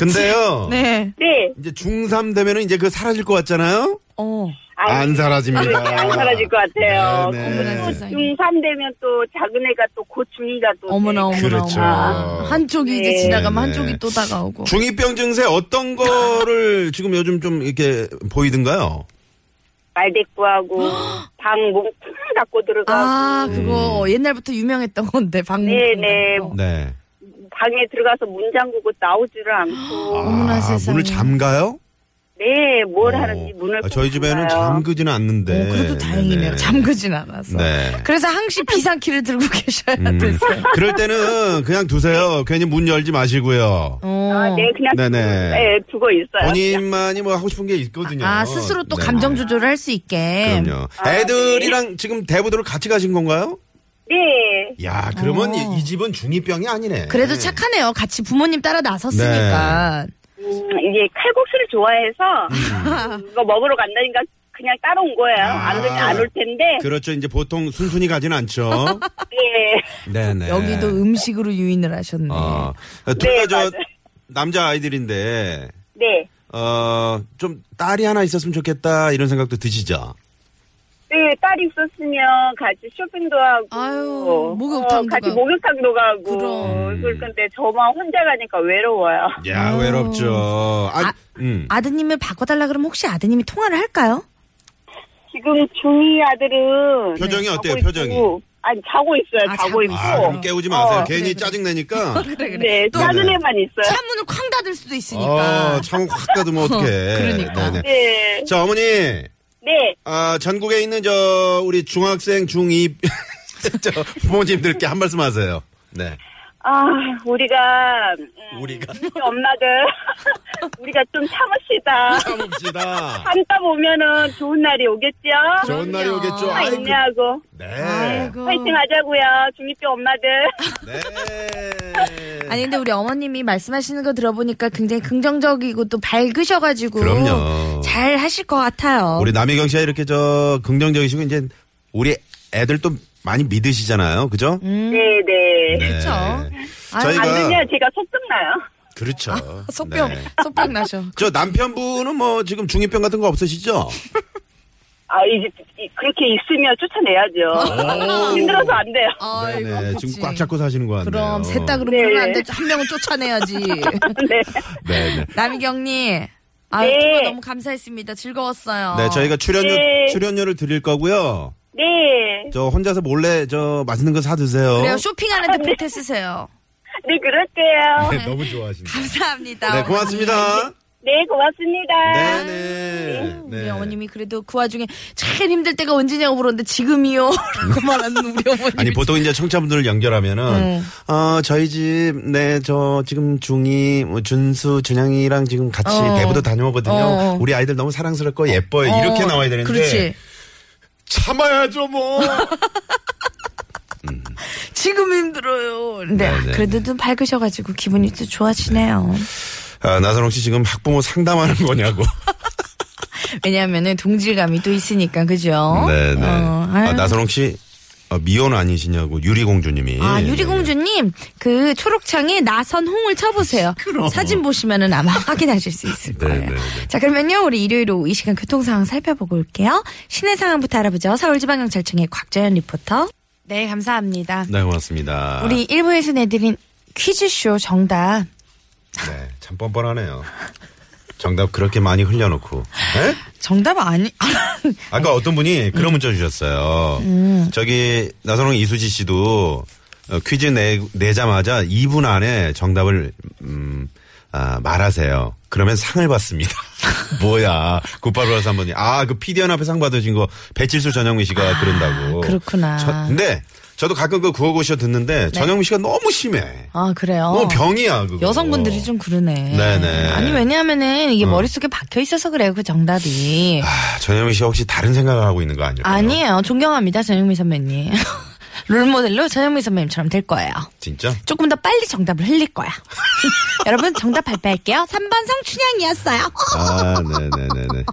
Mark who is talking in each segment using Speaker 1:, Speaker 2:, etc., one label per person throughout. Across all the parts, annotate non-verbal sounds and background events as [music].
Speaker 1: 근데요.
Speaker 2: 네.
Speaker 3: 네.
Speaker 1: 이제 중3 되면은 이제 그 사라질 것 같잖아요?
Speaker 2: 어.
Speaker 3: 아,
Speaker 1: 안 사라집니다. 아.
Speaker 3: 안 사라질 것 같아요.
Speaker 1: 네네.
Speaker 2: 어머나 세상에.
Speaker 3: 중3 되면 또 작은 애가 또 곧 중2가 또.
Speaker 2: 어머나 어머나
Speaker 1: 그렇죠.
Speaker 2: 어머나. 한쪽이 이제
Speaker 3: 네.
Speaker 2: 지나가면
Speaker 1: 네네.
Speaker 2: 한쪽이 또 다가오고.
Speaker 1: 중2병 증세 어떤 거를 지금 요즘 좀 이렇게 보이던가요?
Speaker 3: 말대꾸하고, 방몸풀 갖고 들어가고.
Speaker 2: 아 그거 옛날부터 유명했던 건데 방문.
Speaker 3: 네, 네.
Speaker 2: 어.
Speaker 1: 음. 네.
Speaker 3: 방에 들어가서 문 잠그고 나오지를 않고.
Speaker 2: 어머나 세상에.
Speaker 1: 아, 문을 잠가요?
Speaker 3: 네, 뭘
Speaker 1: 어.
Speaker 3: 하는지 문을.
Speaker 1: 아, 저희
Speaker 3: 꼭
Speaker 1: 집에는
Speaker 3: 잠가요.
Speaker 1: 잠그지는 않는데.
Speaker 2: 어, 그래도 다행이네요.
Speaker 1: 네네.
Speaker 2: 잠그진 않아서.
Speaker 1: 네.
Speaker 2: 그래서 항시 비상키를 들고 [laughs] 계셔야
Speaker 1: 음.
Speaker 2: 되세요.
Speaker 1: 그럴 때는 그냥 두세요. 괜히 문 열지 마시고요.
Speaker 2: 어.
Speaker 3: 아, 네, 그냥.
Speaker 1: 네네.
Speaker 3: 네, 두고 있어요.
Speaker 1: 본인만이 뭐 하고 싶은 게 있거든요.
Speaker 2: 아 스스로 또
Speaker 1: 네네.
Speaker 2: 감정 조절을 네. 할 수 있게.
Speaker 1: 그럼요.
Speaker 3: 아,
Speaker 1: 애들이랑 지금 대부도를 같이 가신 건가요?
Speaker 3: 네.
Speaker 1: 야, 그러면
Speaker 2: 어.
Speaker 1: 이, 이 집은 중2병이 아니네.
Speaker 2: 그래도 착하네요. 같이 부모님 따라 나섰으니까.
Speaker 3: 음, 이게 칼국수를 좋아해서
Speaker 1: 음.
Speaker 3: 이거 먹으러 간다니까 그냥 따라온 거예요.
Speaker 1: 아.
Speaker 3: 안 오면 안올 텐데.
Speaker 1: 그렇죠. 이제 보통 순순히 가진
Speaker 2: [laughs]
Speaker 1: 않죠.
Speaker 3: 네.
Speaker 1: 네네.
Speaker 2: 여기도 음식으로 유인을 하셨네.
Speaker 1: 어.
Speaker 3: 네,
Speaker 1: 둘다 저
Speaker 3: 맞아요.
Speaker 1: 남자 아이들인데
Speaker 3: 네.
Speaker 1: 어, 좀 딸이 하나 있었으면 좋겠다 이런 생각도 드시죠?
Speaker 3: 네, 딸 있었으면 같이 쇼핑도 하고 어,
Speaker 2: 아유, 목욕탕도
Speaker 3: 같이
Speaker 2: 가고.
Speaker 3: 목욕탕도 가고
Speaker 2: 그럼.
Speaker 3: 그럴 건데 저만 혼자 가니까 외로워요.
Speaker 1: 야, 외롭죠. 아,
Speaker 2: 아,
Speaker 1: 음.
Speaker 2: 아드님을 바꿔달라 그러면 혹시 아드님이 통화를 할까요?
Speaker 3: 지금 중이 아들은
Speaker 1: 표정이
Speaker 3: 자고
Speaker 1: 어때요,
Speaker 3: 있고,
Speaker 1: 표정이?
Speaker 3: 아니 자고 있어요.
Speaker 2: 아,
Speaker 3: 자고
Speaker 2: 자고
Speaker 3: 있고.
Speaker 1: 아, 그럼 깨우지 마세요.
Speaker 3: 어,
Speaker 1: 괜히 짜증내니까.
Speaker 3: 네, 작은
Speaker 1: 네네.
Speaker 3: 애만 있어요.
Speaker 2: 차문을 쾅 닫을 수도 있으니까.
Speaker 1: 어, 창문 확 닫으면 어떡해.
Speaker 2: 그러니까.
Speaker 1: 네네.
Speaker 3: 네.
Speaker 1: 자, 어머니.
Speaker 3: 네.
Speaker 1: 아, 전국에 있는 [laughs] 저, 우리 중학생, 중2, 저, 부모님들께 한 말씀 하세요. 네.
Speaker 3: 아, 우리가, 음,
Speaker 1: 우리가 [laughs]
Speaker 3: 우리 엄마들, [laughs] 우리가 좀 참읍시다.
Speaker 1: 참읍시다.
Speaker 3: 참다 보면은 좋은 날이 오겠지요?
Speaker 1: 좋은 날이 오겠죠. 아이고.
Speaker 3: 인내하고
Speaker 1: 네.
Speaker 2: 어.
Speaker 3: 화이팅 하자고요. 중2병 엄마들.
Speaker 1: 네.
Speaker 2: 네. 아니 근데 우리 어머님이 말씀하시는 거 들어보니까 굉장히 긍정적이고 또 밝으셔가지고
Speaker 1: 그럼요.
Speaker 2: 잘 하실 것 같아요.
Speaker 1: 우리 남희경 씨가 이렇게 저 긍정적이시고 이제 우리 애들 또 많이 믿으시잖아요. 그죠?
Speaker 3: 네네.
Speaker 1: 네.
Speaker 2: 음, 그렇죠.
Speaker 3: 안
Speaker 1: 저희가
Speaker 3: 들면 제가 속증나요.
Speaker 1: 그렇죠.
Speaker 2: 아, 속병
Speaker 1: 네.
Speaker 2: 속병 나셔.
Speaker 1: 저 남편분은 뭐 지금 중이병 같은 거 없으시죠?
Speaker 3: 아, 이제 이- 그렇게 있으면 쫓아내야죠. [laughs] 힘들어서 안 돼요.
Speaker 2: [laughs] 아이고,
Speaker 1: 네,
Speaker 2: 그치.
Speaker 1: 지금 꽉 잡고 사시는 거 같네요.
Speaker 2: 그럼 셋다 그러면
Speaker 3: 네.
Speaker 2: 안 돼. 한 명은 [laughs] 쫓아내야지.
Speaker 3: 네.
Speaker 1: 네, 네.
Speaker 2: 남희경님. 아,
Speaker 3: 네.
Speaker 2: 정말 너무 감사했습니다. 즐거웠어요.
Speaker 1: 네, 저희가 출연료
Speaker 3: 네.
Speaker 1: 출연료를 드릴 거고요.
Speaker 3: 네.
Speaker 1: 저 혼자서 몰래 저 맛있는 거 사 드세요.
Speaker 2: 그래요. 쇼핑하는데 보태 쓰세요.
Speaker 3: 네, 그럴게요.
Speaker 1: 네, 너무
Speaker 2: [laughs]
Speaker 1: 좋아하시네.
Speaker 2: 감사합니다.
Speaker 1: 네,
Speaker 2: 어머니.
Speaker 1: 고맙습니다.
Speaker 3: 네, 고맙습니다.
Speaker 1: 네, 네.
Speaker 2: 우리
Speaker 1: 네.
Speaker 2: 어머님이 그래도 그 와중에 참 힘들 때가 언제냐고 물었는데 지금이요. [laughs] 라고 말하는 우리 어머님.
Speaker 1: 아니 보통 이제 청자분들을 연결하면은
Speaker 2: 네.
Speaker 1: 어 저희 집 네 저 지금 중이 뭐 준수 준양이랑 지금 같이
Speaker 2: 어.
Speaker 1: 대부도 다녀오거든요.
Speaker 2: 어.
Speaker 1: 우리 아이들 너무 사랑스럽고 예뻐요. 이렇게 나와야 되는데
Speaker 2: 그렇지.
Speaker 1: 참아야죠
Speaker 2: [laughs]
Speaker 1: 뭐.
Speaker 2: 지금 힘들어요. 근데
Speaker 1: 네, 네,
Speaker 2: 그래도 좀 밝으셔가지고 기분이 또 좋아지네요.
Speaker 1: 아, 나선홍 씨 지금 학부모 상담하는 거냐고.
Speaker 2: 왜냐하면은 동질감이 또 있으니까 그죠?
Speaker 1: 네, 네.
Speaker 2: 어, 아유.
Speaker 1: 아, 나선홍 씨 어, 미혼 아니시냐고 유리공주님이.
Speaker 2: 아, 유리공주님, 그 초록창에 나선홍을 쳐보세요. 사진 보시면은 아마 확인하실 수 있을
Speaker 1: 네,
Speaker 2: 거예요.
Speaker 1: 네, 네.
Speaker 2: 자, 그러면요, 우리 일요일 오후 이 시간 교통 상황 살펴보고 올게요. 시내 상황부터 알아보죠. 서울지방경찰청의 곽자연 리포터. 네, 감사합니다.
Speaker 1: 네, 고맙습니다.
Speaker 2: 우리 1부에서 내드린 퀴즈쇼 정답.
Speaker 1: 네, 참 뻔뻔하네요. 정답 그렇게 많이 흘려놓고. 에?
Speaker 2: 정답 아니, [laughs]
Speaker 1: 아까 어떤 분이
Speaker 2: 음.
Speaker 1: 그런 문자 주셨어요. 저기 나선홍 이수지 씨도 어, 퀴즈 내, 내자마자 2분 안에 정답을 음, 아, 말하세요. 그러면 상을 받습니다. [laughs] 뭐야. 9883번이. 아, 그 피디연합회 상 받으신 거 배칠수 전영미 씨가 그런다고.
Speaker 2: 아, 그렇구나. 네.
Speaker 1: 저- 근데 저도 가끔 그 구호고쇼 듣는데 전영미 씨가 너무 심해.
Speaker 2: 아, 그래요?
Speaker 1: 너무 병이야, 그거.
Speaker 2: 여성분들이 좀 그러네.
Speaker 1: 네네. 음.
Speaker 2: 아니, 왜냐면은 이게 머릿속에 박혀 있어서 그래요, 그 정답이.
Speaker 1: 아, 전영미 씨가 혹시 다른 생각을 하고 있는 거 아니에요?
Speaker 2: 아니에요. 존경합니다, 전영미 선배님. [laughs] 롤모델로 전영미 선배님처럼 될 거예요.
Speaker 1: 진짜?
Speaker 2: 조금 더 빨리 정답을 흘릴 거야. [laughs] 여러분, 정답 발표할게요. 3번 성춘향이었어요.
Speaker 1: 아, 네네네네.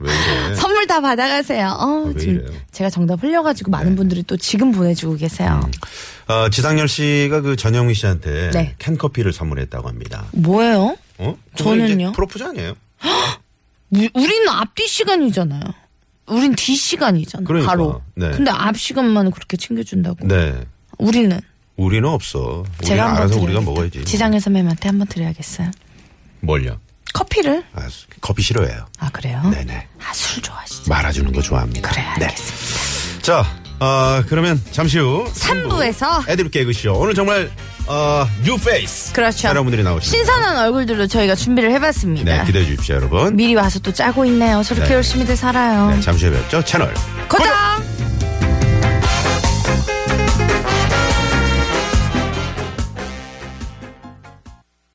Speaker 1: 왜 이래?
Speaker 2: 선물 다 받아가세요. 어,
Speaker 1: 네. 아, 왜
Speaker 2: 지금
Speaker 1: 이래요? 네.
Speaker 2: 제가 정답 흘려가지고 많은 분들이 또 지금 보내주고 계세요.
Speaker 1: 어, 지상열 씨가 그 전영미 씨한테
Speaker 2: 네.
Speaker 1: 캔커피를 선물했다고 합니다.
Speaker 2: 뭐예요?
Speaker 1: 어? 그거는 이제
Speaker 2: 저는요?
Speaker 1: 프로포즈 아니에요?
Speaker 2: 우- 우리는 앞뒤 시간이잖아요. 우린 뒤 시간이잖아.
Speaker 1: 그러니까,
Speaker 2: 바로.
Speaker 1: 네.
Speaker 2: 근데 앞 시간만 그렇게 챙겨준다고.
Speaker 1: 네.
Speaker 2: 우리는
Speaker 1: 우리는 없어. 우리는
Speaker 2: 제가 한번
Speaker 1: 알아서 우리가
Speaker 2: 드려야겠다.
Speaker 1: 먹어야지.
Speaker 2: 지상현 선배님한테 한번 드려야겠어요.
Speaker 1: 뭘요?
Speaker 2: 커피를?
Speaker 1: 아, 수- 커피 싫어해요.
Speaker 2: 아 그래요?
Speaker 1: 네네.
Speaker 2: 아 술 좋아하시죠?
Speaker 1: 말아주는 거 좋아합니다.
Speaker 2: 그래
Speaker 1: 네.
Speaker 2: 알겠습니다.
Speaker 1: 자, 아, 그러면 잠시 후. 삼부
Speaker 2: 3부에서
Speaker 1: 애들 개그쇼. 오늘 정말, 어, 뉴 페이스.
Speaker 2: 그렇죠.
Speaker 1: 새로운 분들이 나오십니다.
Speaker 2: 신선한 얼굴들로 저희가 준비를 해봤습니다.
Speaker 1: 네, 기대해 주십시오, 여러분.
Speaker 2: 미리 와서 또 짜고 있네요. 저렇게
Speaker 1: 네.
Speaker 2: 열심히들 살아요.
Speaker 1: 네, 잠시 후에 뵙죠. 채널.
Speaker 2: 고정!